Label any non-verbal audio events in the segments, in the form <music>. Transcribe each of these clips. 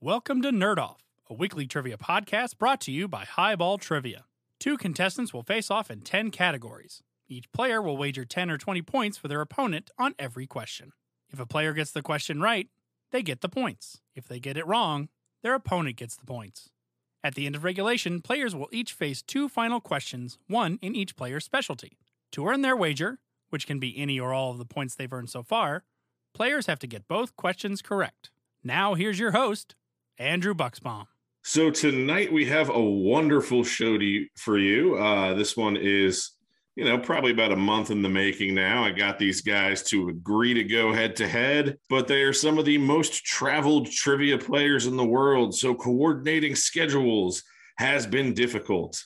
Welcome to Nerd Off, a weekly trivia podcast brought to you by Highball Trivia. Two contestants will face off in 10 categories. Each player will wager 10 or 20 points for their opponent on every question. If a player gets the question right, they get the points. If they get it wrong, their opponent gets the points. At the end of regulation, players will each face two final questions, one in each player's specialty. To earn their wager, which can be any or all of the points they've earned so far, players have to get both questions correct. Now, here's your host, Andrew Bucksbaum. So tonight we have a wonderful show to you, for you. Uh, this one is, you know, probably about a month in the making now. I got these guys to agree to go head to head, but they are some of the most traveled trivia players in the world. So coordinating schedules has been difficult.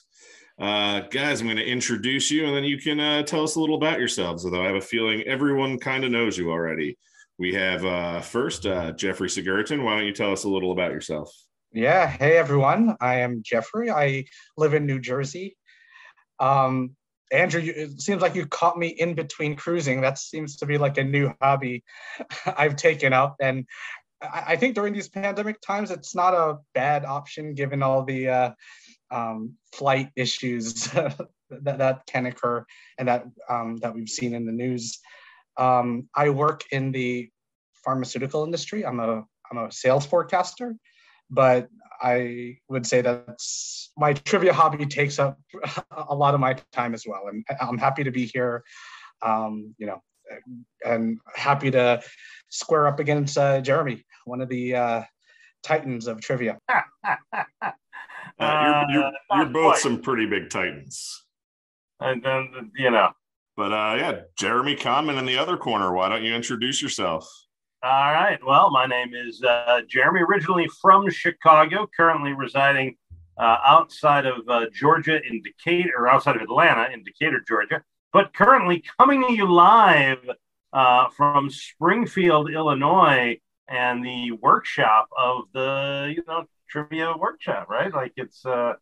Uh, guys, I'm going to introduce you, and then you can uh, tell us a little about yourselves. Although I have a feeling everyone kind of knows you already. We have uh, first uh, Jeffrey Sigurton. Why don't you tell us a little about yourself? Yeah. Hey, everyone. I am Jeffrey. I live in New Jersey. Um, Andrew, you, it seems like you caught me in between cruising. That seems to be like a new hobby <laughs> I've taken up. And I, I think during these pandemic times, it's not a bad option given all the uh, um, flight issues <laughs> that, that can occur and that, um, that we've seen in the news. Um, I work in the pharmaceutical industry. I'm a, I'm a sales forecaster but I would say that's my trivia hobby takes up a lot of my time as well. And I'm happy to be here, um, you know, and happy to square up against uh, Jeremy, one of the uh, titans of trivia. Uh, you're, you're, Uh, you're not both quite. some pretty big titans. And then, you know, But uh, yeah, Jeremy Conman in the other corner. Why don't you introduce yourself? all right. Well, my name is uh, Jeremy, originally from Chicago, currently residing uh, outside of uh, Georgia in Decatur, or outside of Atlanta in Decatur, Georgia, but currently coming to you live uh, from Springfield, Illinois, and the workshop of the, you know, trivia workshop, right? Like it's, uh,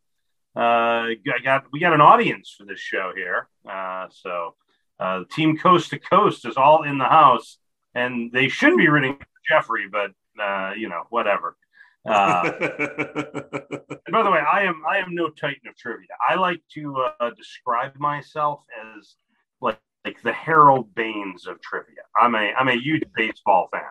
uh, I got we got an audience for this show here, uh, so uh, team coast to coast is all in the house, and they should be rooting for Jeffrey, but uh, you know whatever. Uh, and by the way, I am I am no titan of trivia. I like to uh, describe myself as like like the Harold Baines of trivia. I'm a I'm a huge baseball fan,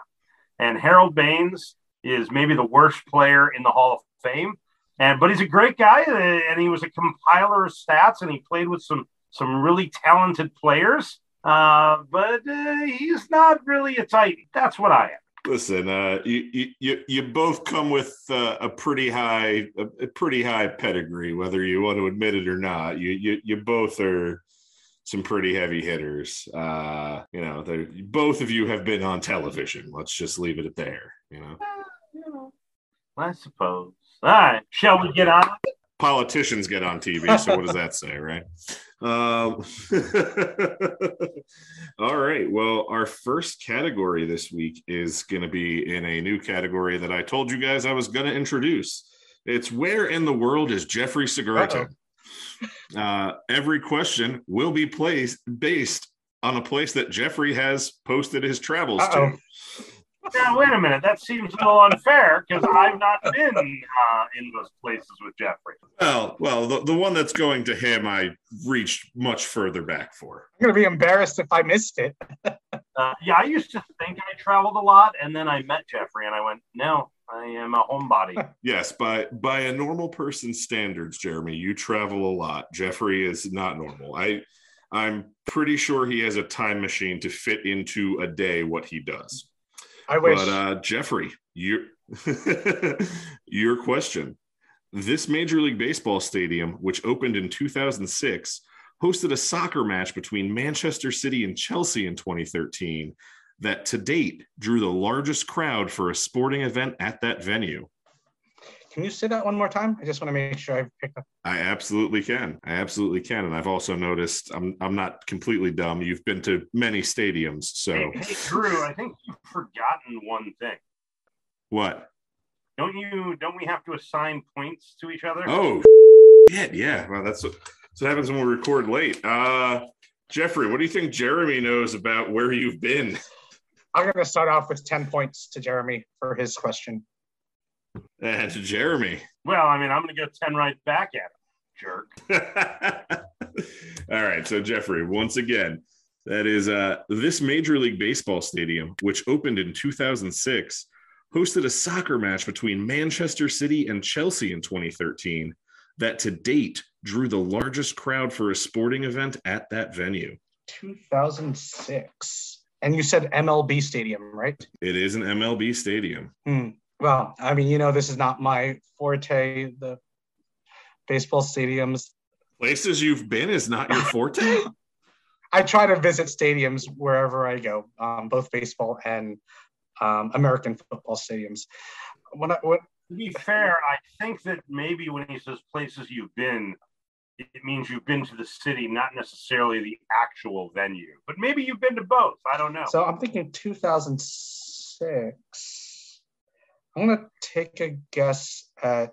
and Harold Baines is maybe the worst player in the Hall of Fame, and but he's a great guy, uh, and he was a compiler of stats, and he played with some some really talented players. Uh, but uh, he's not really a titan. That's what I am. <laughs> Listen, uh, you, you- you you both come with uh, a pretty high a, a pretty high pedigree, whether you want to admit it or not. You you, you both are some pretty heavy hitters. Uh, you know, they're- both of you have been on television. Let's just leave it at there. You know, you know, I suppose. All right, shall we get on? politicians get on TV, so what does that say, right? Um, <laughs> all right. Well, our first category this week is going to be in a new category that I told you guys I was going to introduce. It's where in the world is Jeffrey Segurta? Uh, every question will be placed based on a place that Jeffrey has posted his travels Uh-oh. to. Now, wait a minute. That seems a little unfair because I've not been uh, in those places with Jeffrey. Well, well, the, the one that's going to him, I reached much further back for. I'm going to be embarrassed if I missed it. Uh, yeah, I used to think I traveled a lot, and then I met Jeffrey, and I went, "No, I am a homebody." Yes, by by a normal person's standards, Jeremy, you travel a lot. Jeffrey is not normal. I I'm pretty sure he has a time machine to fit into a day what he does. I wish. But uh, Jeffrey, your <laughs> your question: This Major League Baseball stadium, which opened in 2006, hosted a soccer match between Manchester City and Chelsea in 2013. That to date drew the largest crowd for a sporting event at that venue. Can you say that one more time? I just want to make sure I picked up. I absolutely can. I absolutely can, and I've also noticed I'm I'm not completely dumb. You've been to many stadiums, so <laughs> Hey, hey, Drew, I think you've forgotten one thing. what? Don't you? Don't we have to assign points to each other? Oh, shit, yeah. Well, that's what, that's what happens when we record late. Uh, Jeffrey, what do you think Jeremy knows about where you've been? <laughs> I'm going to start off with 10 points to Jeremy for his question. That's Jeremy. Well, I mean, I'm going to go 10 right back at him, jerk. <laughs> All right. So, Jeffrey, once again, that is uh, this Major League Baseball stadium, which opened in 2006, hosted a soccer match between Manchester City and Chelsea in 2013 that to date drew the largest crowd for a sporting event at that venue. 2006. And you said MLB Stadium, right? It is an MLB stadium. Hmm. Well, I mean, you know, this is not my forte. The baseball stadiums. Places you've been is not your forte. <laughs> I try to visit stadiums wherever I go, um, both baseball and um, American football stadiums. When I, when, To be fair, I think that maybe when he says places you've been, it means you've been to the city, not necessarily the actual venue. But maybe you've been to both. I don't know. So I'm thinking 2006. I'm going to take a guess at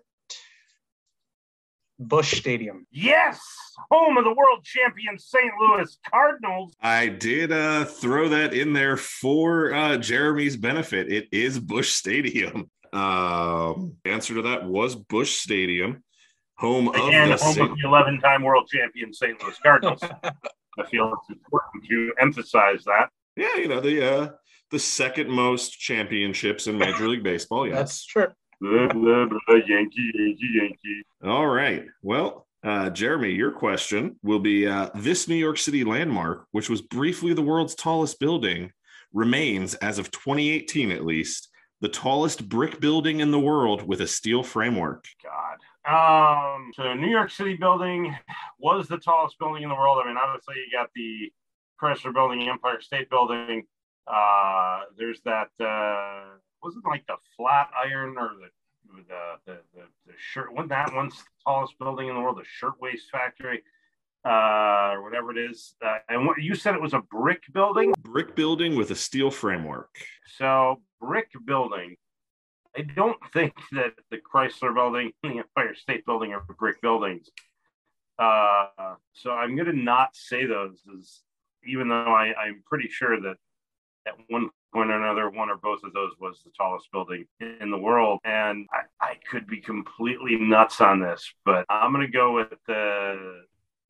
Bush Stadium. yes, home of the world champion St. Louis Cardinals. I did uh, throw that in there for uh, Jeremy's benefit. It is Bush Stadium. Um, answer to that was Bush Stadium, home of Again, the home Sa- of the 11 time world champion St. Louis <laughs> Cardinals. I feel it's important to emphasize that. yeah, you know the uh, the second most championships in Major League Baseball. Yes. That's true. Blah, blah, blah, Yankee, Yankee, Yankee. All right. Well, uh, Jeremy, your question will be uh, this New York City landmark, which was briefly the world's tallest building, remains, as of 2018 at least, the tallest brick building in the world with a steel framework. God. Um, so New York City building was the tallest building in the world. I mean, obviously you got the Chrysler Building, Empire State Building. Uh, there's that uh, wasn't like the Flatiron or the the the, the, the shirt. Wasn't that once the tallest building in the world? The Shirtwaist Factory uh, or whatever it is. Uh, and what you said it was a brick building. Brick building with a steel framework. So brick building. I don't think that the Chrysler Building <laughs> and the Empire State Building are brick buildings. Uh, so I'm going to not say those, as, even though I, I'm pretty sure that at one point or another, one or both of those was the tallest building in the world. And I, I could be completely nuts on this, but I'm going to go with the.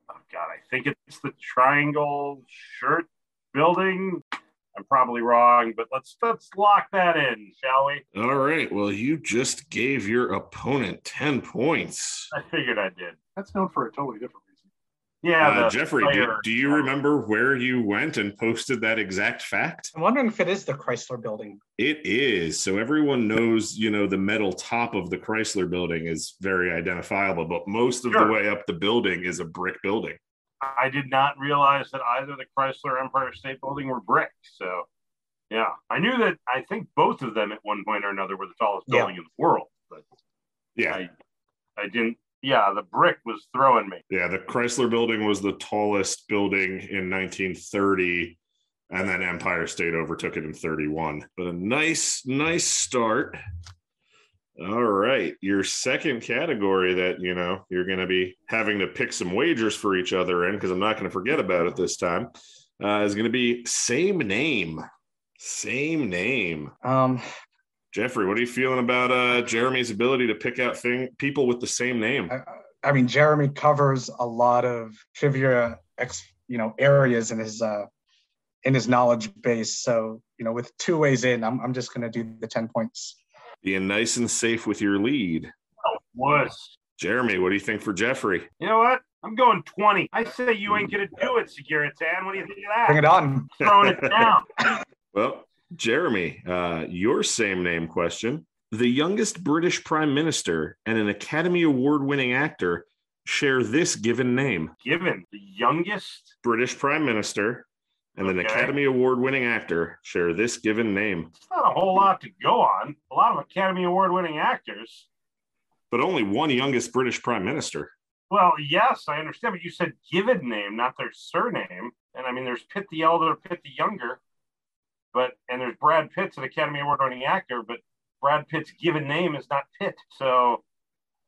Oh God, I think it's the Triangle Shirt Building. I'm probably wrong, but let's let's lock that in, shall we? All right. Well, you just gave your opponent 10 points. I figured I did. That's known for a totally different reason. Yeah, uh, the Jeffrey, do, player- uh, do you remember where you went and posted that exact fact? I'm wondering if it is the Chrysler Building. It is. So everyone knows, you know, the metal top of the Chrysler building is very identifiable, but most of Sure. the way up the building is a brick building. I did not realize that either the Chrysler or Empire State Building were brick. So, yeah, I knew that. I think both of them at one point or another were the tallest Yeah. building in the world, but Yeah. I, I didn't. Yeah, the brick was throwing me. Yeah. The Chrysler building was the tallest building in 1930. And then Empire State overtook it in 31. But a nice, nice start. All right. Your second category that, you know, you're going to be having to pick some wagers for each other in, because I'm not going to forget about it this time, uh, is going to be same name. Same name. Um, Jeffrey, what are you feeling about uh, Jeremy's ability to pick out thing people with the same name? I, I mean, Jeremy covers a lot of trivia, ex, you know, areas in his uh, in his knowledge base. So, you know, with two ways in, I'm, I'm just going to do the ten points. Being nice and safe with your lead. Oh, wuss. Jeremy, what do you think for Jeffrey? You know what? I'm going 20. I say you ain't going to do it, Seguritan. What do you think of Bring that? it on. Throwing it down. Well, Jeremy, uh, your same name question. The youngest British prime minister and an Academy Award winning actor share this given name Given the youngest British prime minister and an Okay. Academy Award winning actor share this given name, it's not a whole lot to go on. A lot of Academy Award winning actors. but only one youngest British prime minister. Well, yes, I understand, but you said given name, not their surname. And I mean, there's Pitt the Elder, Pitt the Younger, but and there's Brad Pitt's an Academy Award winning actor, but Brad Pitt's given name is not Pitt. So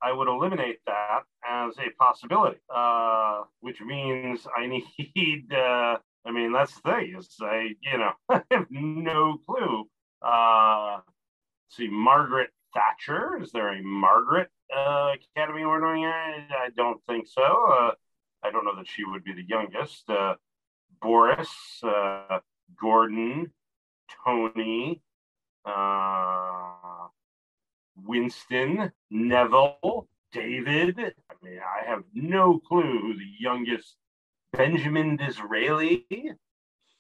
I would eliminate that as a possibility, uh, which means I <laughs> need, uh, I mean, that's the thing is <laughs> I, you know, I have no clue. Uh, let's see, Margaret Thatcher? Is there a Margaret uh, Academy Award-winning? I, I don't think so. Uh, I don't know that she would be the youngest. Uh, Boris, uh, Gordon, Tony, uh, Winston, Neville, David. I mean, I have no clue who the youngest Benjamin Disraeli,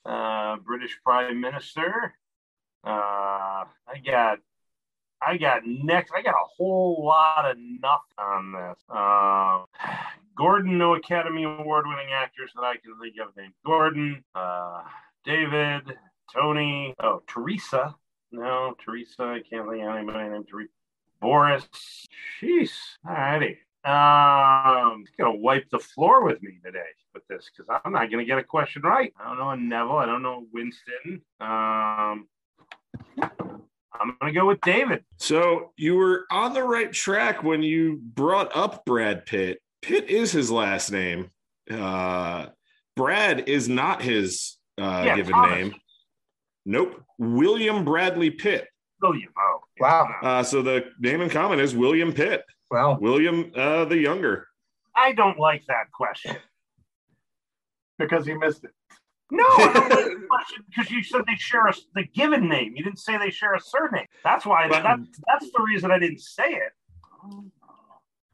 uh, British Prime Minister. Uh, I got, I got next. I got a whole lot of nothing on this. Uh, Gordon, no Academy Award-winning actors that I can think of named Gordon. Uh, David, Tony. Oh, Teresa. No, Teresa. I can't think of anybody named Teresa. Boris. Jeez. All righty. Um, he's gonna wipe the floor with me today with this because I'm not gonna get a question right. I don't know a Neville. I don't know Winston. Um, I'm gonna go with David. So you were on the right track when you brought up Brad Pitt. Pitt is his last name. Uh, Brad is not his uh, Yeah, given Thomas. name. Nope. William Bradley Pitt. William. Oh, Wow. Uh, so the name in common is William Pitt. Well, William uh, the Younger. I don't like that question. because he missed it. No, I don't <laughs> like the question because you said they share a, the given name. You didn't say they share a surname. That's why. But- That's that's the reason I didn't say it.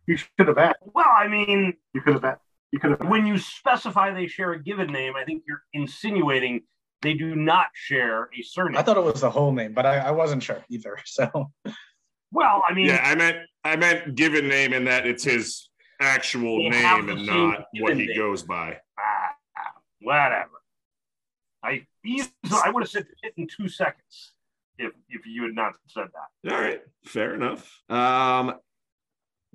You should have asked. Well, I mean, You could have asked. You could have. Asked. when you specify they share a given name, I think you're insinuating they do not share a surname. I thought it was the whole name, but I, I wasn't sure either. <laughs> So well, I mean, Yeah, I meant I meant given name in that it's his actual They have name the and same not what given he name. goes by. ah, whatever. I easily, I would have said it in two seconds if if you had not said that. All right, fair enough. Um,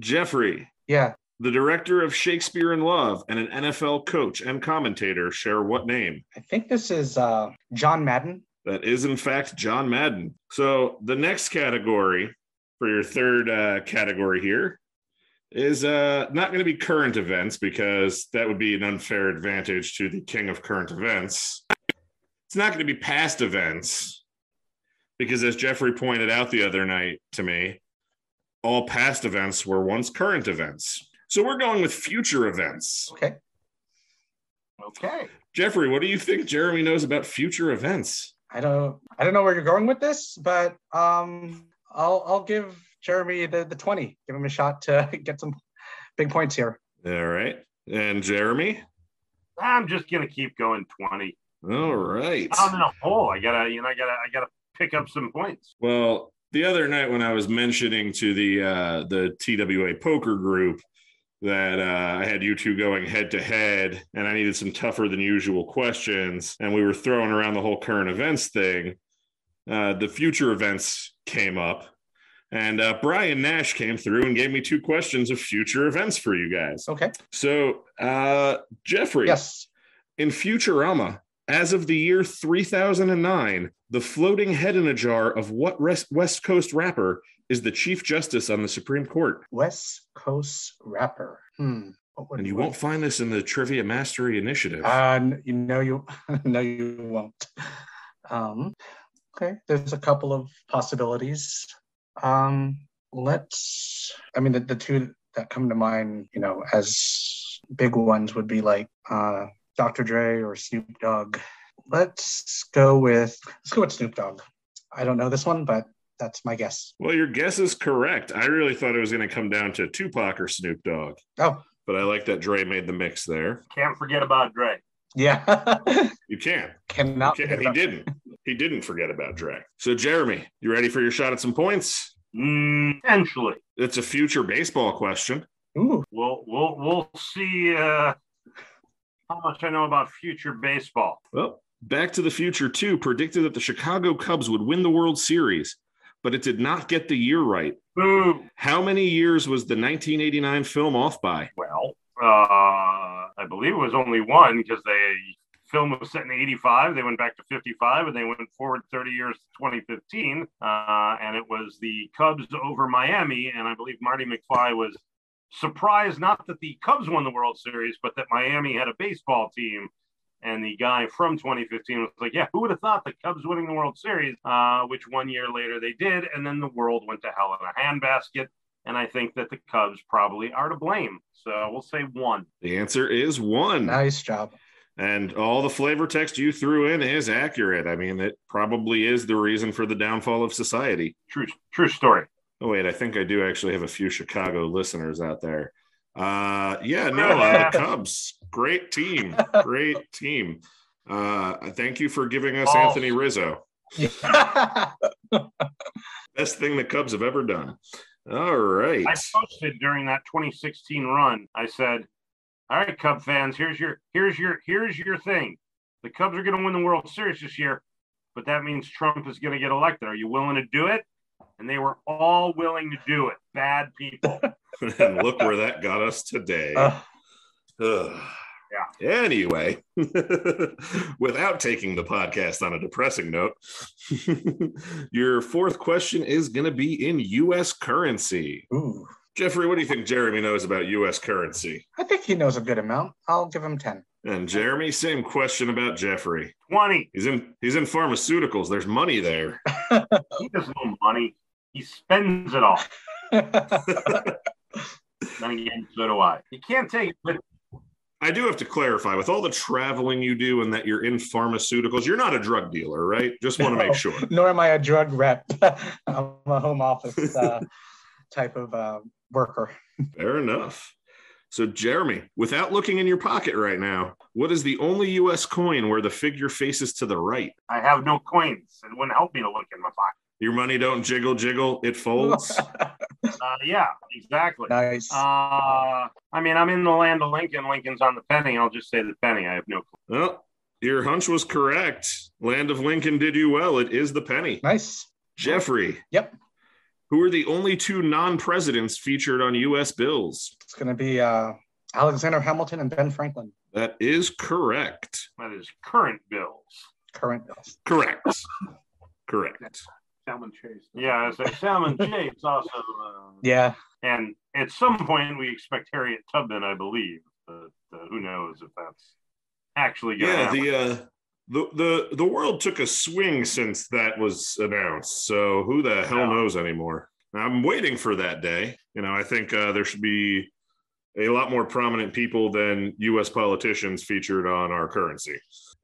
Jeffrey, yeah, the director of Shakespeare in Love and an NFL coach and commentator, share what name? I think this is uh, John Madden. That is, in fact, John Madden. So the next category for your third uh, category here is uh, not going to be current events because that would be an unfair advantage to the king of current events. It's not going to be past events because, as Jeffrey pointed out the other night to me, all past events were once current events. So we're going with future events. Okay. Okay. Jeffrey, what do you think Jeremy knows about future events? I don't I don't know where you're going with this, but um I'll I'll give Jeremy the, the 20. Give him a shot to <laughs> get some big points here. All right. And Jeremy? I'm just gonna keep going twenty. Um, Oh, All right. I'm in a hole. I gotta, you know, I gotta, I gotta pick up some points. Well, the other night when I was mentioning to the uh, the TWA poker group that uh, I had you two going head to head, and I needed some tougher than usual questions, and we were throwing around the whole current events thing. Uh, the future events came up, and uh, Brian Nash came through and gave me two questions of future events for you guys. Okay. So, uh, Jeffrey, Yes. in Futurama, as of the year 3009, the floating head in a jar of what res- West Coast rapper is the Chief Justice on the Supreme Court? West Coast rapper. Hmm. What would And you it be? won't find this in the Trivia Mastery Initiative. Uh, n- you know you <laughs> no you won't. Um, okay, there's a couple of possibilities. Um, let's. I mean, the, the two that come to mind, you know, as big ones would be like uh, Dr. Dre or Snoop Dogg. Let's go with let's go with Snoop Dogg. I don't know this one, but that's my guess. well, your guess is correct. I really thought it was going to come down to Tupac or Snoop Dogg, Oh, but I like that Dre made the mix there. Can't forget about Dre. yeah, <laughs> You can. cannot. You forget can. He about- didn't. He didn't forget about Dre. So, Jeremy, you ready for your shot at some points? Mm, Potentially, It's a future baseball question. Ooh, we'll we'll we'll see uh, how much I know about future baseball. Well, Back to the Future 2 predicted that the Chicago Cubs would win the World Series, but it did not get the year right. Boo. How many years was the 1989 film off by? Well, uh, I believe it was only one because they film was set in '85. They went back to '55 and they went forward 30 years to 2015. Uh, and it was the Cubs over Miami, and I believe Marty McFly was surprised not that the Cubs won the World Series, but that Miami had a baseball team And the guy from 2015 was like, yeah, who would have thought the Cubs winning the World Series? Uh, which one year later they did. And then the world went to hell in a handbasket. And I think that the Cubs probably are to blame. So we'll say one. The answer is one. Nice job. And all the flavor text you threw in is accurate. I mean, it probably is the reason for the downfall of society. True, true story. Oh, wait, I think I do actually have a few Chicago listeners out there. Uh, yeah, no, uh, Cubs, great team, great team. Uh, thank you for giving us Oh. Anthony Rizzo. I Best thing the Cubs have ever done. All right. I <laughs> posted during that 2016 run. I said, "All right, Cub fans, here's your here's your here's your thing. The Cubs are going to win the World Series this year, but that means Trump is going to get elected. Are you willing to do it?" And they were all willing to do it. Bad people. and look where that got us today. <laughs> Uh. Ugh. Anyway, <laughs> without taking the podcast on a depressing note, <laughs> your fourth question is going to be in U.S. currency. Ooh. Jeffrey, what do you think Jeremy knows about U.S. currency? think he knows a good amount. I'll give him 10. And Jeremy, same question about Jeffrey. 20. He's in he's in pharmaceuticals. There's money there. He has no money. He spends it all. Then again, so do I. You can't take it, but I do have to clarify with all the traveling you do and that you're in pharmaceuticals, you're not a drug dealer, right? Just want to No. make sure. <laughs> Nor am I a drug rep. <laughs> I'm a home office <laughs> uh, type of uh, worker. Fair enough. So, Jeremy, without looking in your pocket right now, what is the only US coin where the figure faces to the right? I have no coins. It wouldn't help me to look in my pocket. Your money don't jiggle, jiggle, it folds. Uh, yeah, exactly. <laughs> Nice. Uh, I mean, I'm in the land of Lincoln. Lincoln's on the penny. I'll just say the penny. I have no clue. well, Oh, your hunch was correct. Land of Lincoln did you well. It is the penny. nice. Jeffrey. Yep. Who are the only two non presidents featured on US bills? It's going to be uh, Alexander Hamilton and Ben Franklin. That is correct. That is current bills. Current. Correct. correct. Salmon Chase. Yeah, it's like Salmon J. It's also, uh, Yeah. and at some point we expect Harriet Tubman, I believe. But uh, who knows if that's actually going to yeah happen? the uh the, the the world took a swing since that was announced so who the hell Yeah. knows anymore i'm waiting for that day you know i think uh, there should be a lot more prominent people than us politicians featured on our currency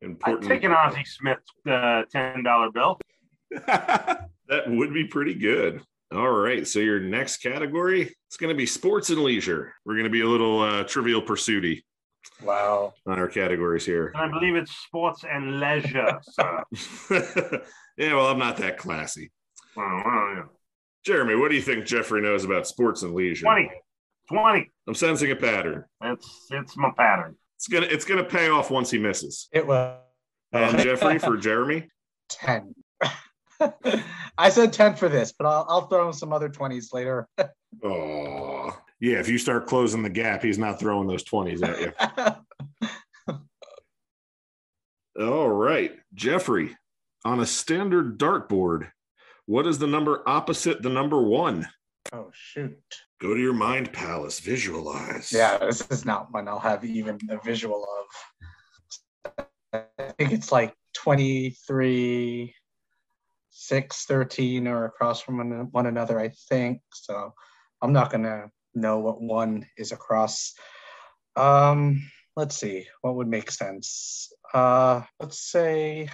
I'd important take an Ozzie Smith uh, ten dollar bill. <laughs> that would be pretty good all right so your next category it's going to be sports and leisure we're going to be a little uh, trivial pursuity Wow. on our categories here And I believe it's sports and leisure. So, <laughs> yeah well i'm not that classy Jeremy, what do you think Jeffrey knows about sports and leisure? 20, 20. I'm sensing a pattern. It's it's my pattern. It's gonna it's gonna pay off once he misses. It was And Jeffrey for Jeremy. 10. <laughs> I said 10 for this, but I'll, I'll throw in some other 20s later. Oh yeah, if you start closing the gap, he's not throwing those 20s at you. <laughs> All right. Jeffrey, on a standard dartboard, what is the number opposite the number one? <laughs> oh, shoot. Go to your mind palace, visualize. Yeah, this is not one I'll have even a visual of. I think it's like 23, 6, 13 or across from one, one another, I think. So I'm not going to know what one is across. Um, let's see, what would make sense? Uh, let's say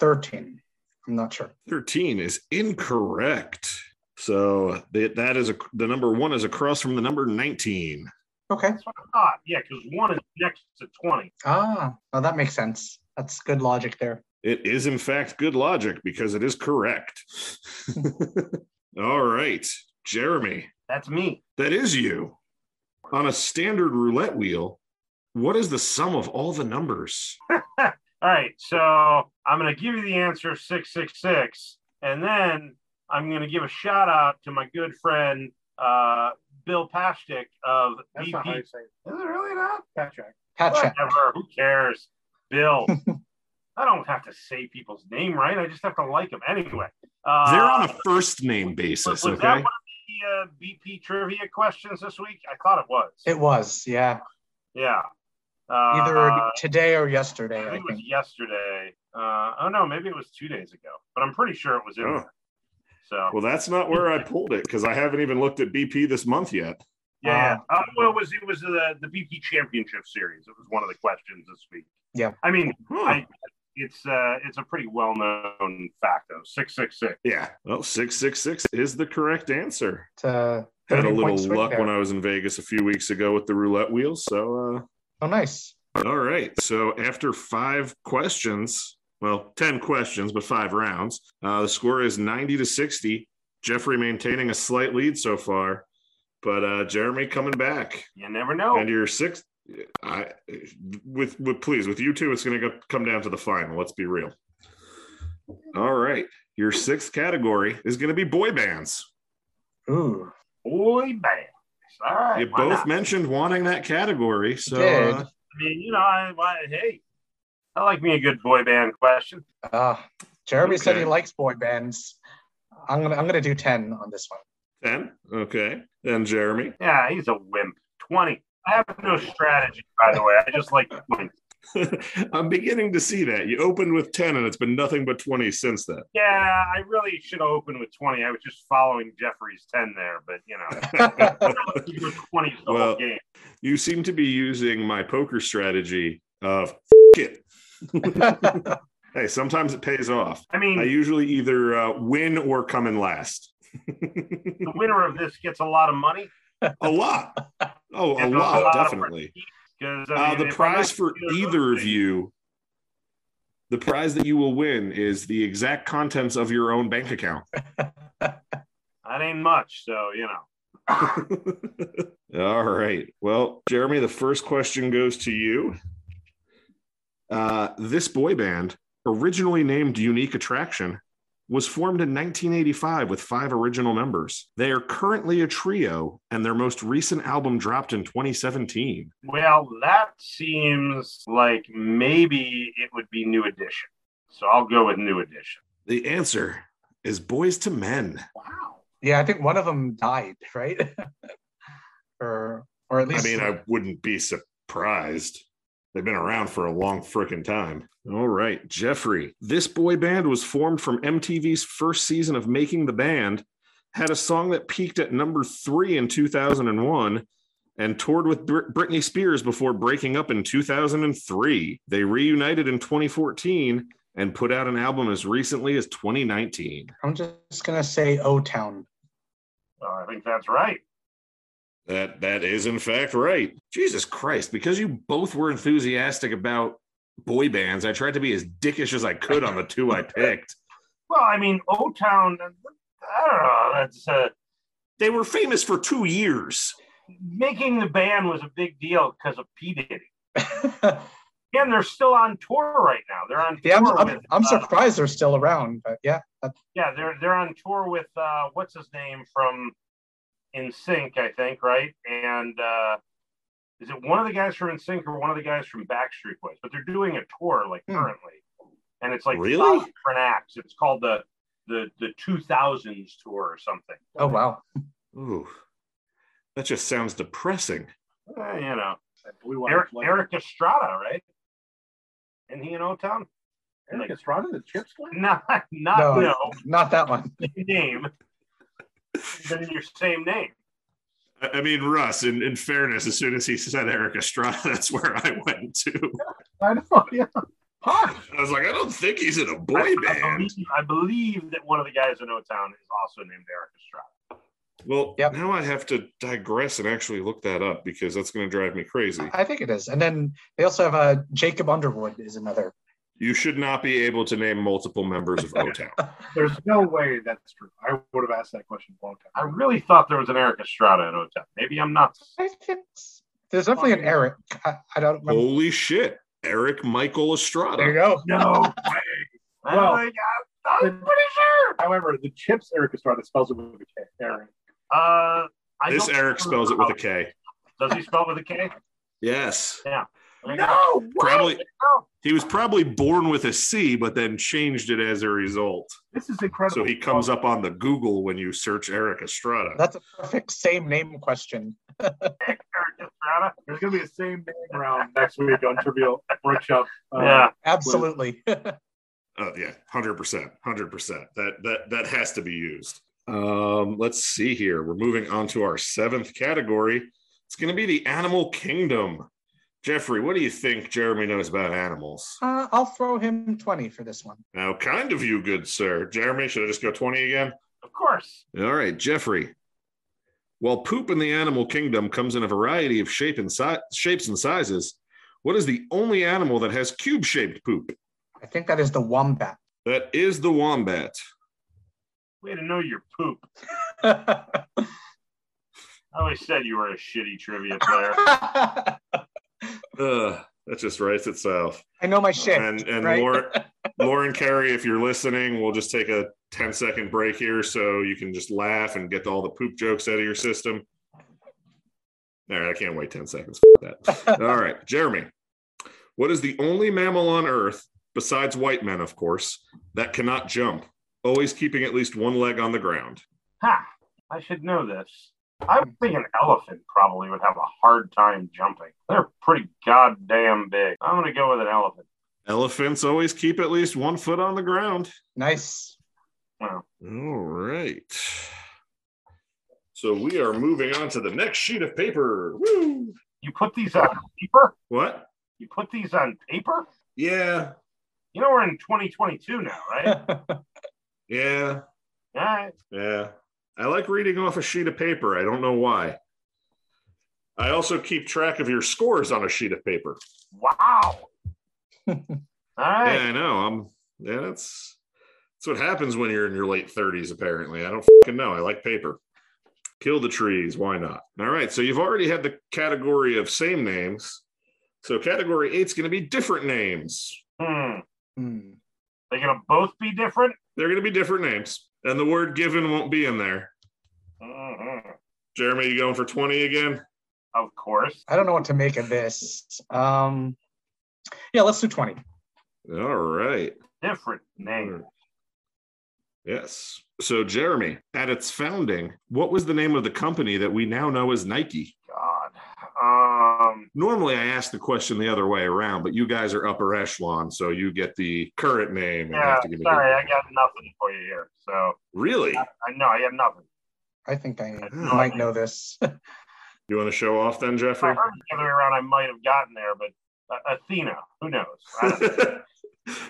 13. I'm not sure. 13 is incorrect. So that that is a, the number one is across from the number 19. Okay. That's what I thought. Yeah, because one is next to twenty. Ah, well, that makes sense. That's good logic there. It is, in fact, good logic because it is correct. All right, Jeremy, That's me. that is you. On a standard roulette wheel, what is the sum of all the numbers? All right, so I'm going to give you the answer 666, and then I'm going to give a shout out to my good friend uh, Bill Pashtik of That's BP. not how you Is say it. it really not? Patrick. Hat check. Whatever. Who cares? Bill. I don't have to say people's name right. I just have to like them anyway. Uh, They're on a first name was, basis, was that okay? one of the uh, BP trivia questions this week? I thought it was. It was, yeah. yeah. Uh, either today or yesterday. I I think it was think. yesterday. Uh, oh no, maybe it was two days ago, but I'm pretty sure it was in Oh. there. So Well, that's not where I pulled it because I haven't even looked at BP this month yet. yeah, yeah. Uh, well, it was it was the the BP Championship Series. It was one of the questions this week. Yeah. I mean, Huh. I- it's uh, it's a pretty well known fact though. Six six six. yeah. Well, 666 is the correct answer. It's a Had a 30 little point swing luck there. when I was in Vegas a few weeks ago with the roulette wheels. So, uh, Oh, nice. All right. So after five questions, well, 10 questions, but five rounds, uh, the score is 90 to 60. Jeffrey maintaining a slight lead so far, but uh, Jeremy coming back. You never know. And your sixth, I, with, with please, with you two, it's going to come down to the final. Let's be real. All right. Your sixth category is going to be boy bands. Ooh, Boy band. All right. You why both not? mentioned wanting that category. So, Did. uh, I mean, you know, I, I hey, I like me a good boy band question. uh, Jeremy said he Okay. likes boy bands. I'm gonna I'm gonna do ten on this one. <laughs> 10. Okay. Then Jeremy. <laughs> Yeah, he's a wimp. Twenty. I have no strategy, by the way. I just like twenty. I'm beginning to see that. You opened with 10 and it's been nothing but 20 since then. Yeah, I really should have opened with twenty. I was just following Jeffrey's ten there, but you know, you were twenty the Well- whole game. you seem to be using my poker strategy of <laughs> F- it. Hey, sometimes it pays off. I I mean, usually either uh, win or come in last. the winner of this gets a lot of money. A <laughs> lot. Oh, a And lot, of definitely. prestige, 'cause, I Uh, mean, the if I'm prize not for good at either of hosting- you, the prize that you will win is the exact contents of your own bank account. that ain't much. So you know, All right. Well, Jeremy, the first question goes to you. Uh, this boy band, originally named Unique Attraction, was formed in 1985 with five original members. They are currently a trio, and their most recent album dropped in 2017. well, that seems like maybe it would be New Edition. So I'll go with New Edition. The answer is Boys to Men. Wow. Yeah, I think one of them died, right? <laughs> or or at I least mean, I wouldn't be surprised. They've been around for a long frickin' time. All right, Jeffrey. This boy band was formed from MTV's first season of Making the Band, had a song that peaked at number three in 2001, and toured with Br- Britney Spears before breaking up in 2003. They reunited in 2014 and put out an album as recently as 2019. I'm just gonna say O Town. Well, I think that's right. That that is in fact right. Jesus Christ, because you both were enthusiastic about boy bands, I tried to be as dickish as I could on the two <laughs> I picked. Well, I mean, O Town. I don't know. That's uh, They were famous for two years. making the band was a big deal because of P Diddy, and they're still on tour right now. They're on <laughs> yeah, I'm, tour I'm, with, I'm uh, surprised they're still around, but yeah, that- Yeah, they're they're on tour with uh, what's his name from In Sync, I think, right? And uh, is it one of the guys from In Sync or one of the guys from Backstreet Boys? But they're doing a tour like Hmm. currently, and it's like Really? five different acts. It's called the the the two thousands tour or something. oh wow, Ooh. That just sounds depressing. Eh, you know, Blue Eric, Eric Estrada, right? Isn't he in O Town? Eric Estrada, the chips left? <laughs> Not not No. no, not that one. name. Then your same name. I I mean, Russ, in, in fairness, as soon as he said Eric Estrada, <laughs> that's where I went to. <laughs> I know, yeah. Huh. I was like, I don't think he's in a I- boy I, band. believe, I believe that one of the guys in O Town is also named Eric Estrada. Well, Yep. now I have to digress and actually look that up because that's going to drive me crazy. I think it is. And then they also have uh, Jacob Underwood is another. You should not be able to name multiple members of O <laughs> Town. There's no way that's true. I would have asked that question a long I time. ago. really thought there was an Eric Estrada in O Town. Maybe I'm not. I think it's- there's definitely an Eric. I, I don't remember. Holy shit. Eric Michael There you Estrada. go. <laughs> No way. I Oh Well- think I, am pretty sure. However, the chips Eric Estrada spells it with a K. Eric. Uh, I This don't Eric remember spells it with how- a K. Does he spell with a K? Yes. No. Probably he was probably born with a C, but then changed it as a result. This is incredible. So he comes up on the Google when you search Eric Estrada. That's a perfect same name question. Eric Estrada. Donna? There's going to be a same name round next week on Trivial <laughs> Workshop. Uh, yeah. Absolutely. Uh, Oh yeah, hundred percent, hundred percent. That that that has to be used. Um, let's see here. We're moving on to our seventh category. It's going to be the animal kingdom. Jeffrey, what do you think Jeremy knows about animals? Uh, I'll throw him 20 for this one. Now, kind of you, good sir. Jeremy, should I just go twenty again? Of course. All right, Jeffrey. While poop in the animal kingdom comes in a variety of shape and si- shapes and sizes, what is the only animal that has cube-shaped poop? I think that is the wombat. <laughs> That is the wombat. Way to know your poop. I always said you were a shitty trivia player. <laughs> I Ugh, that just writes itself. know my shit. and and right? Lauren, <laughs> Lauren Carey, if you're listening, we'll just take a 10 second break here so you can just laugh and get all the poop jokes out of your system. All right, I can't wait 10 seconds for <laughs> that. All right, Jeremy, what is the only mammal on Earth, besides white men, of course, that cannot jump, always keeping at least one leg on the ground? Ha! I should know this. I would think an elephant probably would have a hard time jumping. They're pretty goddamn big. I'm going to go with an elephant. Elephants always keep at least one foot on the ground. Nice. <laughs> Well, All right. So we are moving on to the next sheet of paper. Woo! you put these on paper? What? You put these on paper? Yeah. You know, we're in 2022 now, <laughs> right? Hmm. Yeah. All right. Yeah. I like reading off a sheet of paper. I don't know why. I also keep track of your scores on a sheet of paper. <laughs> Wow. All Yeah, right. I know. I'm yeah, that's that's what happens when you're in your late 30s, apparently. I don't fing know. I like paper. Kill the trees, why not? All right, so you've already had the category of same names. So category eight's gonna be different names. Hmm. Hmm. They're going to both be different? They're gonna be different names. And the word given won't be in there. Mhm. Jeremy, you going for 20 again? Of course. I don't know what to make of this. Um, yeah, let's do 20. All right. Different name. Yes. So, Jeremy, at its founding, what was the name of the company that we now know as Nike? God. Um, Normally, I ask the question the other way around, but you guys are upper echelon, so you get the current name. and yeah, have to give me the- sorry. I got nothing for you here. So, <laughs> Really? I know I have nothing. I think I Hmm. might know this. <laughs> You want to show off then, If I Jeffrey? heard it the other way around, I might have gotten there, but uh, Athena, who knows? I <laughs> don't know.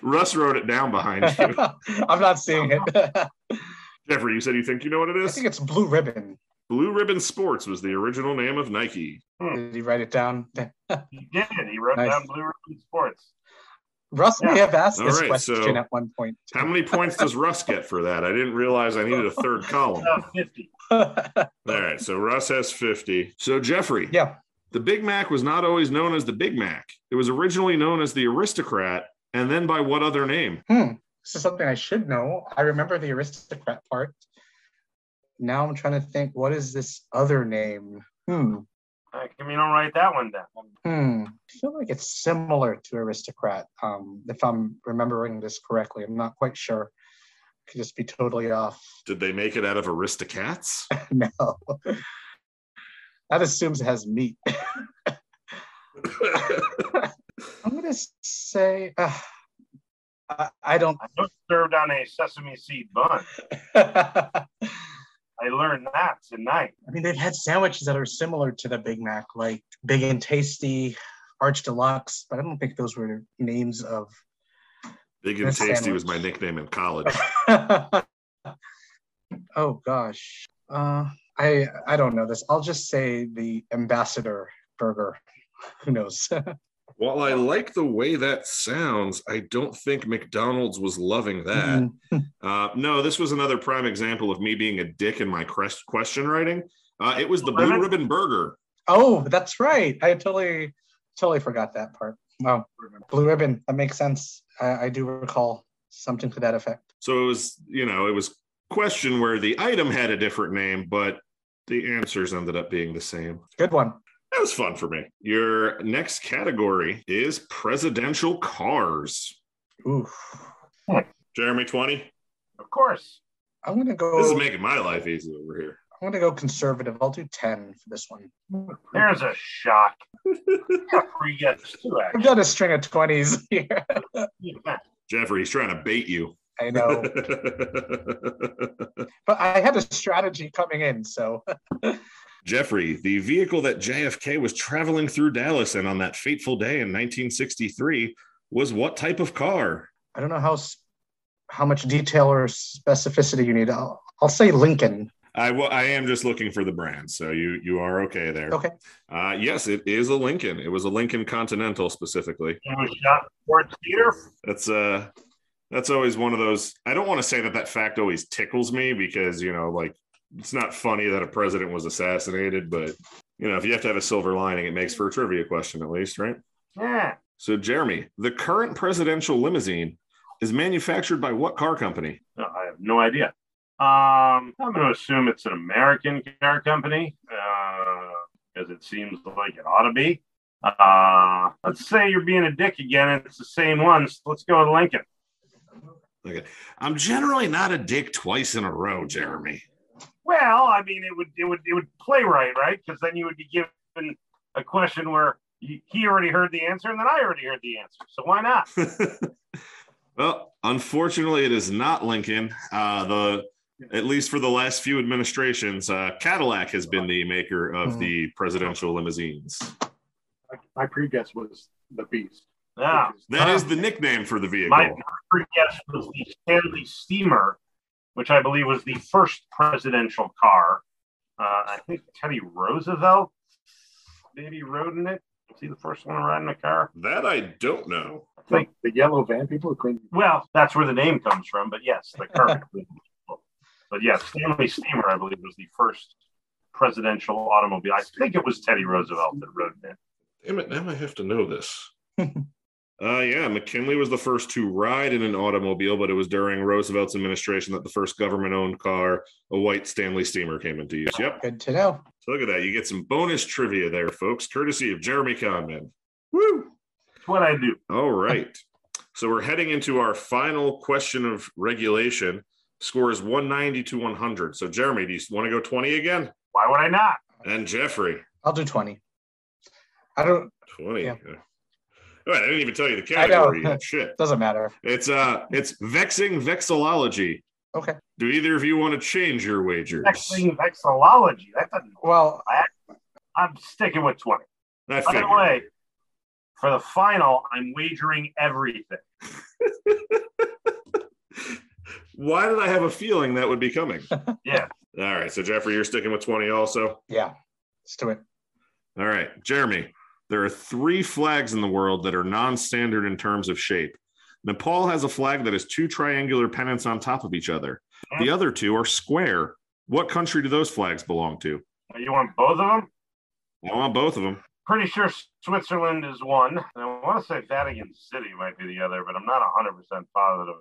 Russ wrote it down behind <laughs> you. I'm not seeing it. <laughs> I Jeffrey, you said you think you know what it is? think it's Blue Ribbon. Blue Ribbon Sports was the original name of Nike. Did you write it down? he did. He wrote Nice. down Blue Ribbon Sports. Russ may Yeah. have asked All this right, question so- at one point. How many points does Russ get for that? I didn't realize I needed a third <laughs> column. Uh, 50. <laughs> All right, so Russ has 50. So, Jeffrey, yeah. the Big Mac was not always known as the Big Mac. It was originally known as the Aristocrat, and then by what other name? Hmm. This is something I should know. I remember the aristocrat part. Now I'm trying to think what is this other name? Hmm. Uh, can we not write that one down? Hmm. I feel like it's similar to aristocrat. Um, if I'm remembering this correctly, I'm not quite sure. Could just be totally off. <laughs> Did they make it out of <laughs> Aristocats? no. That assumes it has meat. I'm gonna say uh, I, I don't. <laughs> I know it's served on a sesame seed bun. I I learned that tonight. mean, they've had sandwiches that are similar to the Big Mac, like Big and Tasty, Arch Deluxe, but I don't think those were names of. <laughs> Big and That's Tasty sandwich. was my nickname in college. oh gosh, uh, I I don't know this. I'll just say the Ambassador Burger. <laughs> Who knows? <laughs> While I like the way that sounds, I don't think McDonald's was loving that. Mm. Uh, no, this was another prime example of me being a dick in my quest- question writing. Uh, it was the Blue Ribbon Burger. Oh, that's right. I totally, totally forgot that part. Wow, blue ribbon. That makes sense. I, I do recall something to that effect. So it was, you know, it was question where the item had a different name, but the answers ended up being the same. Good one. That was fun for me. Your next category is presidential cars. Ooh, Jeremy 20. Of course. I'm gonna go. Oh. This is making my life easy over here. I'm going to go conservative. I'll do 10 for this one. There's a shock. Three gets two, I've actually. got a string of 20s <laughs> here. Yeah. Jeffrey, he's trying to bait you. I know. but I had a strategy coming in. So <laughs> <laughs> Jeffrey, the vehicle that JFK was traveling through Dallas in on that fateful day in 1963 was what type of car? I don't know how s- how much detail or specificity you need. I'll, I'll say Lincoln. I wa- I am just looking for the brand, so you you are okay there. Okay. Uh, yes, it is a Lincoln. It was a Lincoln Continental specifically. It was shot for theater. That's uh that's always one of those. I don't want to say that that fact always tickles me because you know like it's not funny that a president was assassinated, but you know if you have to have a silver lining, it makes for a trivia question at least, right? Yeah. So, Jeremy, the current presidential limousine is manufactured by what car company? No, I have no idea. Um, I'm going to assume it's an American car company because it seems like it ought to be. Uh, let's say you're being a dick again. and It's the same one. So let's go with Lincoln. I'm generally not a dick twice in a row, Jeremy. Well, I mean, it would it would it would play right, right? Because then you would be given a question where you, he already heard the answer, and then I already heard the answer. So why not? <laughs> well, unfortunately, it is not Lincoln. Uh, the at least for the last few administrations, uh, Cadillac has been the maker of the presidential limousines. My pre-guess was the Beast. Yeah, which is- That is the nickname for the vehicle. my first guess was the Stanley Steamer, which I believe was the first presidential car. Uh, I think Teddy Roosevelt maybe rode in it. Was he the first one riding a car? that I don't know. like the yellow van people who clean. Well, that's where the name comes from. But yes, the car. but yes, Stanley Steamer, I believe, was the first presidential automobile. I think it was Teddy Roosevelt that rode in it. Damn it, now I have to know this. uh, yeah, McKinley was the first to ride in an automobile, but it was during Roosevelt's administration that the first government owned car, a white Stanley steamer, came into use. Yep. good to know. So look at that. You get some bonus trivia there, folks, courtesy of Jeremy Conman. Woo! It's what I do. All right. So we're heading into our final question of regulation. Score is 190 to 100. So, Jeremy, do you want to go 20 again? Why would I not? And Jeffrey, I'll do 20. I don't, 20. Yeah. All right, I didn't even tell you the I know. category. yet. Shit. doesn't matter. It's uh it's vexing vexillology. Okay. Do either of you want to change your wagers? Next thing, vexillology. That doesn't. Well, I'm sticking with twenty. I By the figured. way, for the final, I'm wagering everything. Why did I have a feeling that would be <laughs> coming? Yeah. All right. So Jeffrey, you're sticking with 20 also. yeah, let's do it. All right. Jeremy, there are three flags in the world that are non-standard in terms of shape. Nepal has a flag that has two triangular pennants on top of each other. The other two are square. What country do those flags belong to? You want both of them? I want both of them. Pretty sure Switzerland is one. And I want to say Vatican City might be the other, but I'm not 100% positive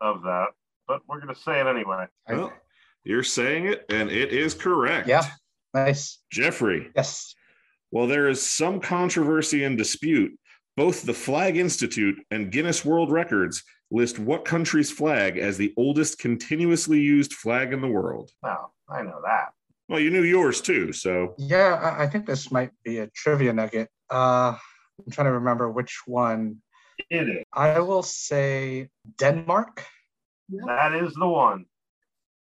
of that. But we're going to say it anyway. I- Well, you're saying it, and it is correct. Yeah. Nice. Jeffrey, Yes. While there is some controversy and dispute, both the Flag Institute and Guinness World Records list what country's flag as the oldest continuously used flag in the world. No, I know that. Well, you knew yours too, so Yeah, I, I think this might be a trivia nugget. Uh, I'm trying to remember which one. It is. I will say Denmark. That is the one.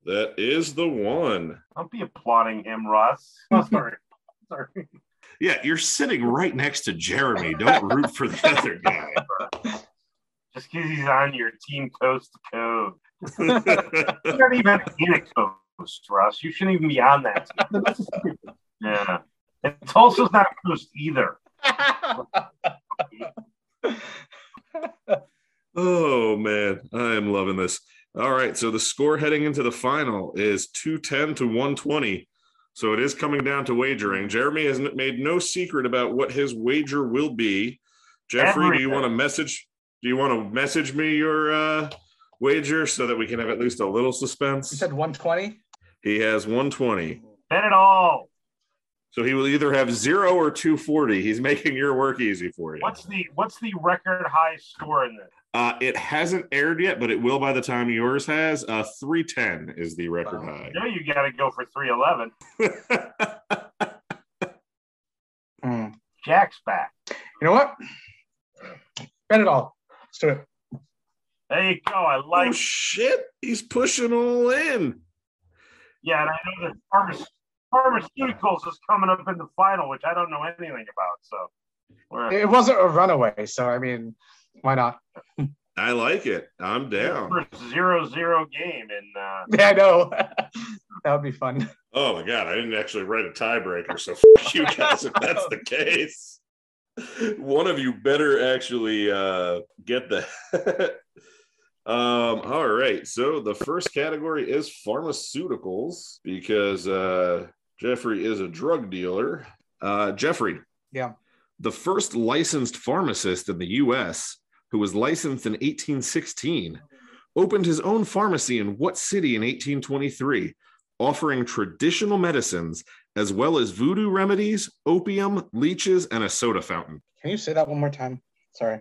that is the one. Don't be applauding him, Russ. Oh, sorry, <laughs> sorry. Yeah, you're sitting right next to Jeremy. Don't root for the other guy. <laughs> Just because he's on your team coast to coast. You're not even in a coast, Russ. You shouldn't even be on that team. Yeah. And Tulsa's not a coast either. oh man, I am loving this. All right, so the score heading into the final is 210 to 120. So it is coming down to wagering. Jeremy has n- made no secret about what his wager will be. Jeffrey, do you Everything. want to message do you want to message me your uh wager so that we can have at least a little You suspense? said 120? He has 120. Bet it all. So he will either have zero or 240. He's making your work easy for you. What's the what's the record high score in this? Uh, it hasn't aired yet, but it will by the time yours has. Uh, 310 is the record Wow. high. You know you got to go for three eleven. <laughs> Mm. Jack's back. You know what? Bet it all. Let's do it. There you go. I oh, like. shit. He's pushing all in. Yeah, and I know that pharma- pharmaceuticals is coming up in the final, which I don't know anything about. So we're It wasn't a runaway, so I mean, why not? <laughs> I like it. I'm down. first zero zero game, and uh, Yeah, I know. <laughs> that would be fun. Oh, my God. I didn't actually write a tiebreaker. So f- you guys if that's the case. One of you better actually uh, get the. <laughs> um, all right. So the first category is pharmaceuticals because uh, Jeffrey is a drug dealer. Uh, Jeffrey. Yeah. The first licensed pharmacist in the U.S. who was licensed in 1816 opened his own pharmacy in what city in 1823, offering traditional medicines as well as voodoo remedies, opium, leeches, and a soda fountain. Can you say that one more time? Sorry.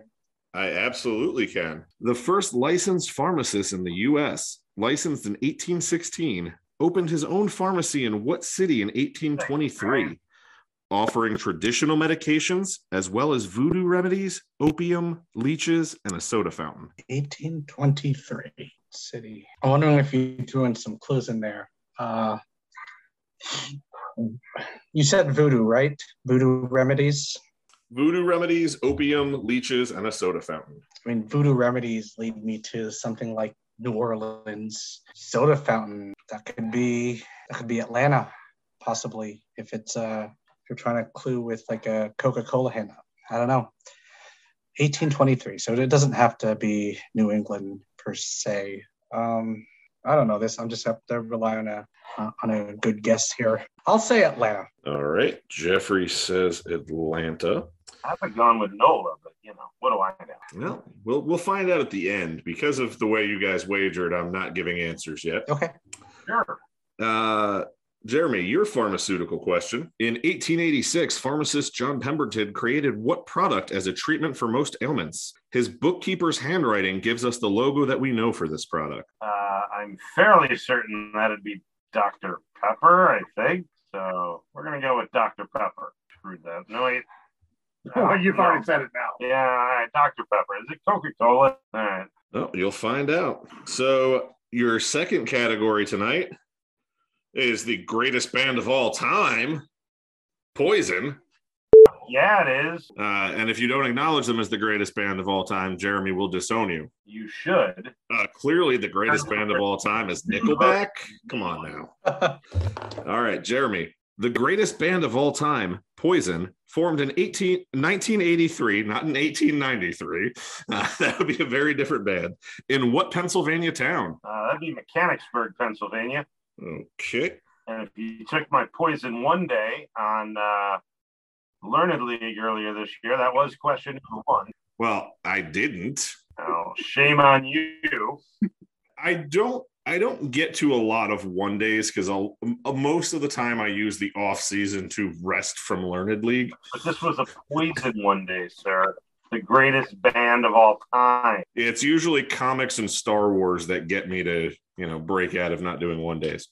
I absolutely can. The first licensed pharmacist in the US, licensed in 1816, opened his own pharmacy in what city in 1823, offering traditional medications as well as voodoo remedies, opium, leeches, and a soda fountain. 1823 city. I'm wondering if you threw in some clues in there. Uh, you said voodoo, right? Voodoo remedies. Voodoo remedies, opium, leeches, and a soda fountain. I mean, voodoo remedies lead me to something like New Orleans soda fountain. That could be that could be Atlanta, possibly if it's uh if you're trying to clue with like a Coca Cola handout. I don't know. 1823, so it doesn't have to be New England per se. Um, I don't know this. I'm just have to rely on a uh, on a good guess here. I'll say Atlanta. All right. Jeffrey says Atlanta. I've been gone with Nola, but you know what do I know? Well, we'll we'll find out at the end because of the way you guys wagered. I'm not giving answers yet. Okay. Sure. Uh, Jeremy, your pharmaceutical question. In 1886, pharmacist John Pemberton created what product as a treatment for most ailments? His bookkeeper's handwriting gives us the logo that we know for this product. Uh, I'm fairly certain that'd be Dr. Pepper, I think. So we're gonna go with Dr. Pepper. Screwed that. No, wait. Oh, you've already No. said it now. Yeah, all right, Dr. Pepper. Is it Coca Cola? All right. Oh, you'll find out. So, your second category tonight is the greatest band of all time, Poison. Yeah, it is. Uh, and if you don't acknowledge them as the greatest band of all time, Jeremy will disown you. You should. Uh, clearly, the greatest band of all time is Nickelback. Come on now. All right, Jeremy. The greatest band of all time, Poison, formed in 18, 1983, not in 1893. <laughs> Uh, that would be a very different band. In what Pennsylvania town? Uh, that'd be Mechanicsburg, Pennsylvania. Okay. And if you took my poison one day on uh, Learned League earlier this year, that was question number one. Well, I didn't. Oh, shame on you. I don't I don't get to a lot of one days because I'll m- most of the time I use the off season to rest from learned league. But this was a poison one day, sir. The greatest band of all time. It's usually comics and Star Wars that get me to you know break out of not doing one days.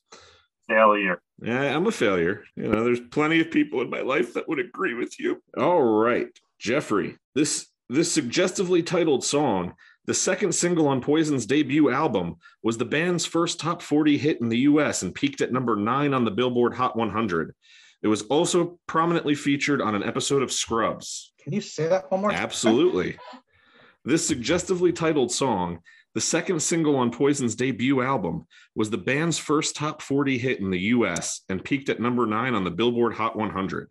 Failure. Yeah, I'm a failure. You know, there's plenty of people in my life that would agree with you. All right, Jeffrey. This this suggestively titled song, the second single on Poison's debut album, was the band's first top 40 hit in the US and peaked at number 9 on the Billboard Hot 100. It was also prominently featured on an episode of Scrubs. Can you say that one more time? Absolutely. This suggestively titled song, the second single on Poison's debut album, was the band's first top 40 hit in the US and peaked at number nine on the Billboard Hot 100.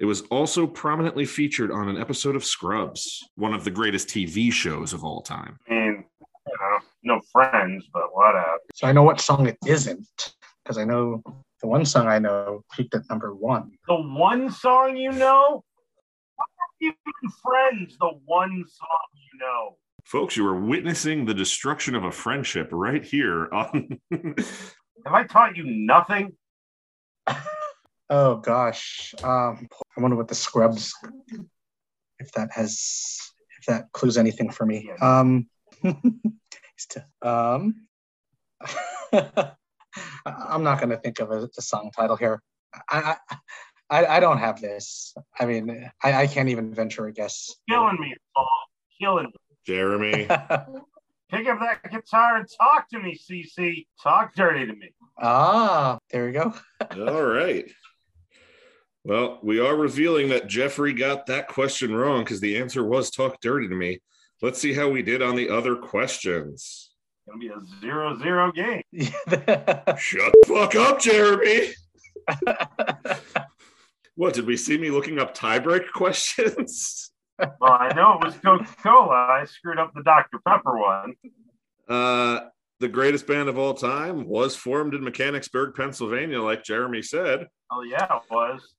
It was also prominently featured on an episode of Scrubs, one of the greatest TV shows of all time. I mean, you know, no friends, but whatever. So I know what song it isn't because I know the one song I know peaked at number one. The one song you know? Why are even friends? The one song you know. Folks, you are witnessing the destruction of a friendship right here on <laughs> Have I taught you nothing? Oh gosh, um, I wonder what the scrubs. If that has, if that clues anything for me. Um, <laughs> um, <laughs> I- I'm not going to think of a, a song title here. I, I, I I don't have this. I mean, I, I can't even venture a guess. <laughs> Killing me, Paul. Killing me. Jeremy. Pick up that guitar and talk to me, CC. Talk dirty to me. ah, there we go. <laughs> All right. Well, we are revealing that Jeffrey got that question wrong because the answer was talk dirty to me. Let's see how we did on the other questions. Gonna be a zero-zero game. Shut the fuck up, Jeremy. <laughs> what did we see me looking up tiebreak <laughs> questions? Well, I know it was Coca-Cola. I screwed up the Dr. Pepper one. Uh, the greatest band of all time was formed in Mechanicsburg, Pennsylvania, like Jeremy said. Oh yeah, it was.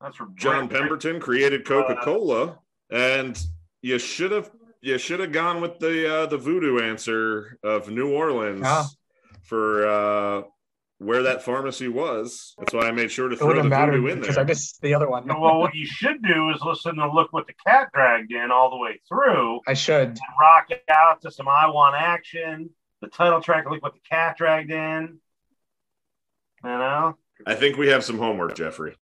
That's from John Pemberton created Coca Cola, and you should have you should have gone with the uh, the voodoo answer of New Orleans Yeah. for uh, where that pharmacy was. That's why I made sure to it throw the wouldn't matter voodoo in because I there. missed the other one. Well, what you should do is listen to look what the cat dragged in all the way through I should. and rock it out to some I Want Action. The title track, look what the cat dragged in. You know, I think we have some homework, Jeffrey.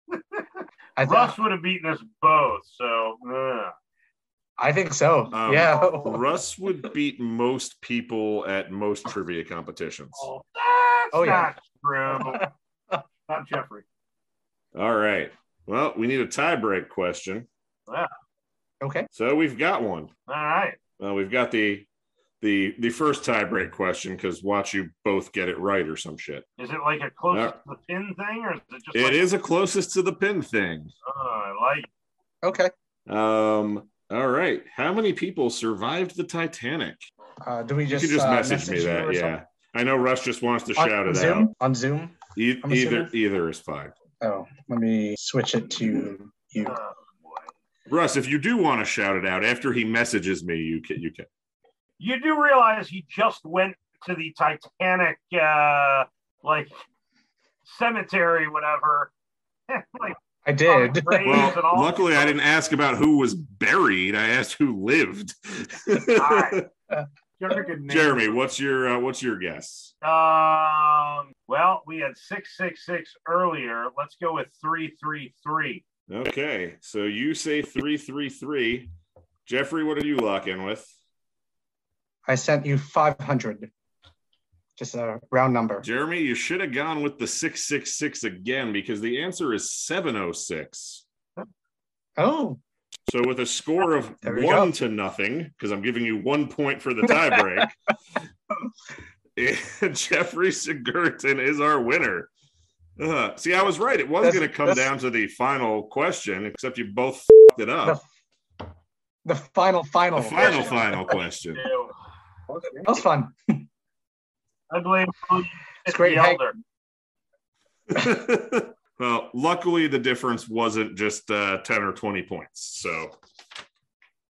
I think. Russ would have beaten us both. So ugh. I think so. Um, yeah. <laughs> Russ would beat most people at most trivia competitions. that's Oh, yeah. not true. not Jeffrey. All right. Well, we need a tiebreak question, okay. so we've got one. All right. Well, we've got the the the first tiebreak question because watch you both get it right or some shit. Is it like a closest to the pin thing, or is it just? like, It is a closest to the pin thing. Oh, I like. Okay. Um. All right. How many people survived the Titanic? Uh, do we You just, could just uh, message, me you that. or Yeah. something? I know Russ just wants to shout on it Zoom? out. On Zoom? E- I'm either assuming- either is fine. Oh, let me switch it to you. Oh, boy. Russ, if you do want to shout it out after he messages me, you can you can. You do realize he just went to the Titanic, uh, like cemetery, whatever. <laughs> like I did. <laughs> graves Well, and all- luckily I didn't ask about who was buried. I asked who lived. right. Jeffrey could <laughs> name Jeremy, what's your uh, what's your guess? Um. Well, we had six six six earlier. Let's go with three three three. Okay, so you say three, three, three. Jeffrey, what are you lock in with? I sent you 500. Just a round number. Jeremy, you should have gone with the six, six, six again because the answer is seven oh six. Oh, So with a score of There one we go. to nothing, because I'm giving you one point for the <laughs> tiebreak. <laughs> Jeffrey Sigurton is our winner. Uh, see, I was right. It was That's- going to come that's- down to the final question, except you both f***ed it up. the final, final. The final, final question. Ew. That was fun. I blame It's great. the Hey, elder. <laughs> well, luckily the difference wasn't just uh, 10 or 20 points. So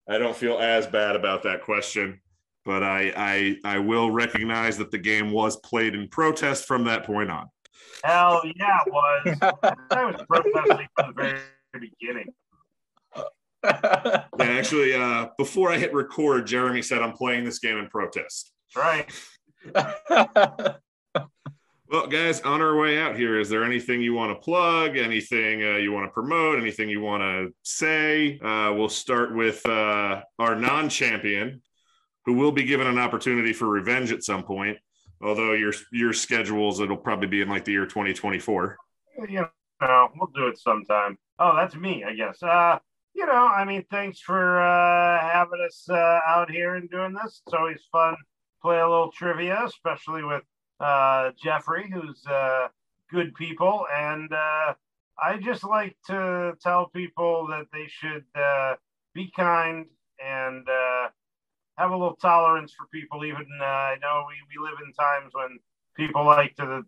I don't feel as bad about that question, but I, I I will recognize that the game was played in protest from that point on. Hell yeah, it was. <laughs> I was protesting from the very beginning. And actually, uh, before I hit record, Jeremy said I'm playing this game in protest. Right. <laughs> Well, guys, on our way out here, is there anything you want to plug? Anything uh, you want to promote? Anything you want to say? Uh, we'll start with uh, our non-champion, who will be given an opportunity for revenge at some point. Although your your schedules, it'll probably be in like the year 2024. you know, we'll do it sometime. Oh, that's me, I guess. Uh, you know, I mean, thanks for uh, having us uh, out here and doing this. It's always fun to play a little trivia, especially with uh, Jeffrey, who's uh, good people. And uh, I just like to tell people that they should uh, be kind and uh, have a little tolerance for people. Even uh, I know we, we live in times when people like to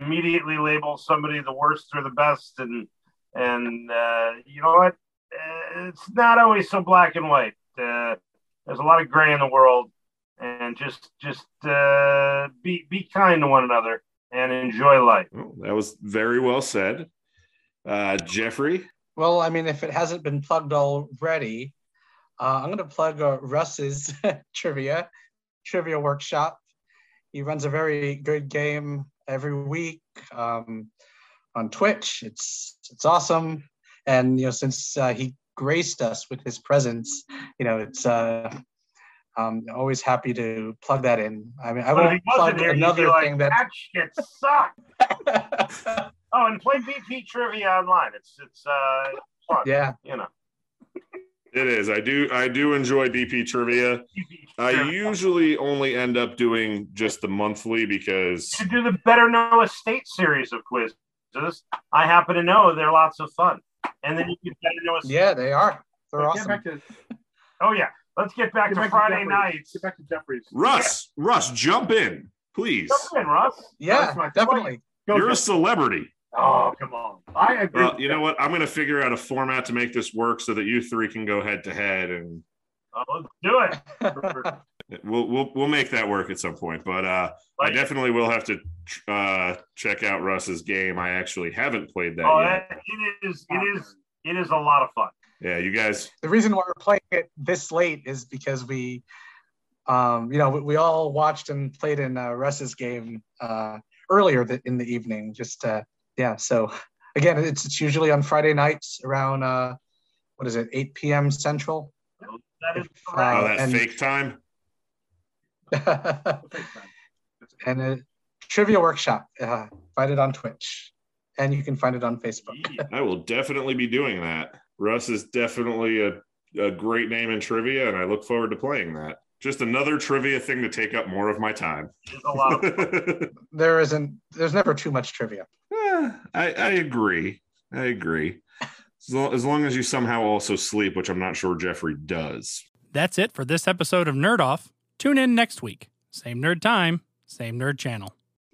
immediately label somebody the worst or the best and and uh, you know what uh, it's not always so black and white uh, there's a lot of gray in the world and just just uh, be be kind to one another and enjoy life. Well, that was very well said. Uh, Jeffrey, Well, I mean, if it hasn't been plugged already, uh, I'm going to plug uh, Russ's <laughs> trivia trivia workshop. He runs a very good game every week um, on Twitch. It's it's awesome, and you know, since uh, he graced us with his presence, you know, it's uh, I'm always happy to plug that in. I mean, I But if want he to plug wasn't here, you'd be another like, thing that... that. shit sucked. <laughs> Oh, and play BP trivia online. It's it's uh fun. <laughs> yeah, You know, it is. I do. I do enjoy BP trivia. BP I trivia. usually only end up doing just the monthly because should do the Better Know Estate series of quizzes. I happen to know they're lots of fun. And then you can Better Know Estate. yeah, they are. They're But awesome. Get back to, Oh, yeah. Let's get back get to back Friday Jeffries. nights. Get back to Jeffries. Russ, Russ, jump in, please. Jump in, Russ. That's my Yeah, point. definitely. Go, You're a Jeff. celebrity. Oh, come on. I agree. Well, you know what? I'm going to figure out a format to make this work so that you three can go head to head, and Oh, let's do it. <laughs> we'll we'll we'll make that work at some point. But uh, I Like- definitely will have to uh, check out Russ's game. I actually haven't played that oh, yet. that- it is. It is. It is a lot of fun. Yeah, you guys. the reason why we're playing it this late is because we, um, you know, we, we all watched and played in uh, Russ's game uh, earlier th- in the evening. Just uh, yeah, so again, it's it's usually on Friday nights around uh, what is it, 8 p.m. Central. <laughs> That is If, correct. Oh, Uh, that and- fake time. and a trivia workshop. Uh, find it on Twitch, and you can find it on Facebook. Yeah. I will definitely be doing that. Russ is definitely a, a great name in trivia, and I look forward to playing that. Just another trivia thing to take up more of my time. It is a lot of fun. <laughs> There isn't, there's never too much trivia. Eh, I, I agree. I agree. As long, as long as you somehow also sleep, which I'm not sure Jeffrey does. That's it for this episode of Nerd Off. Tune in next week. Same nerd time, same nerd channel.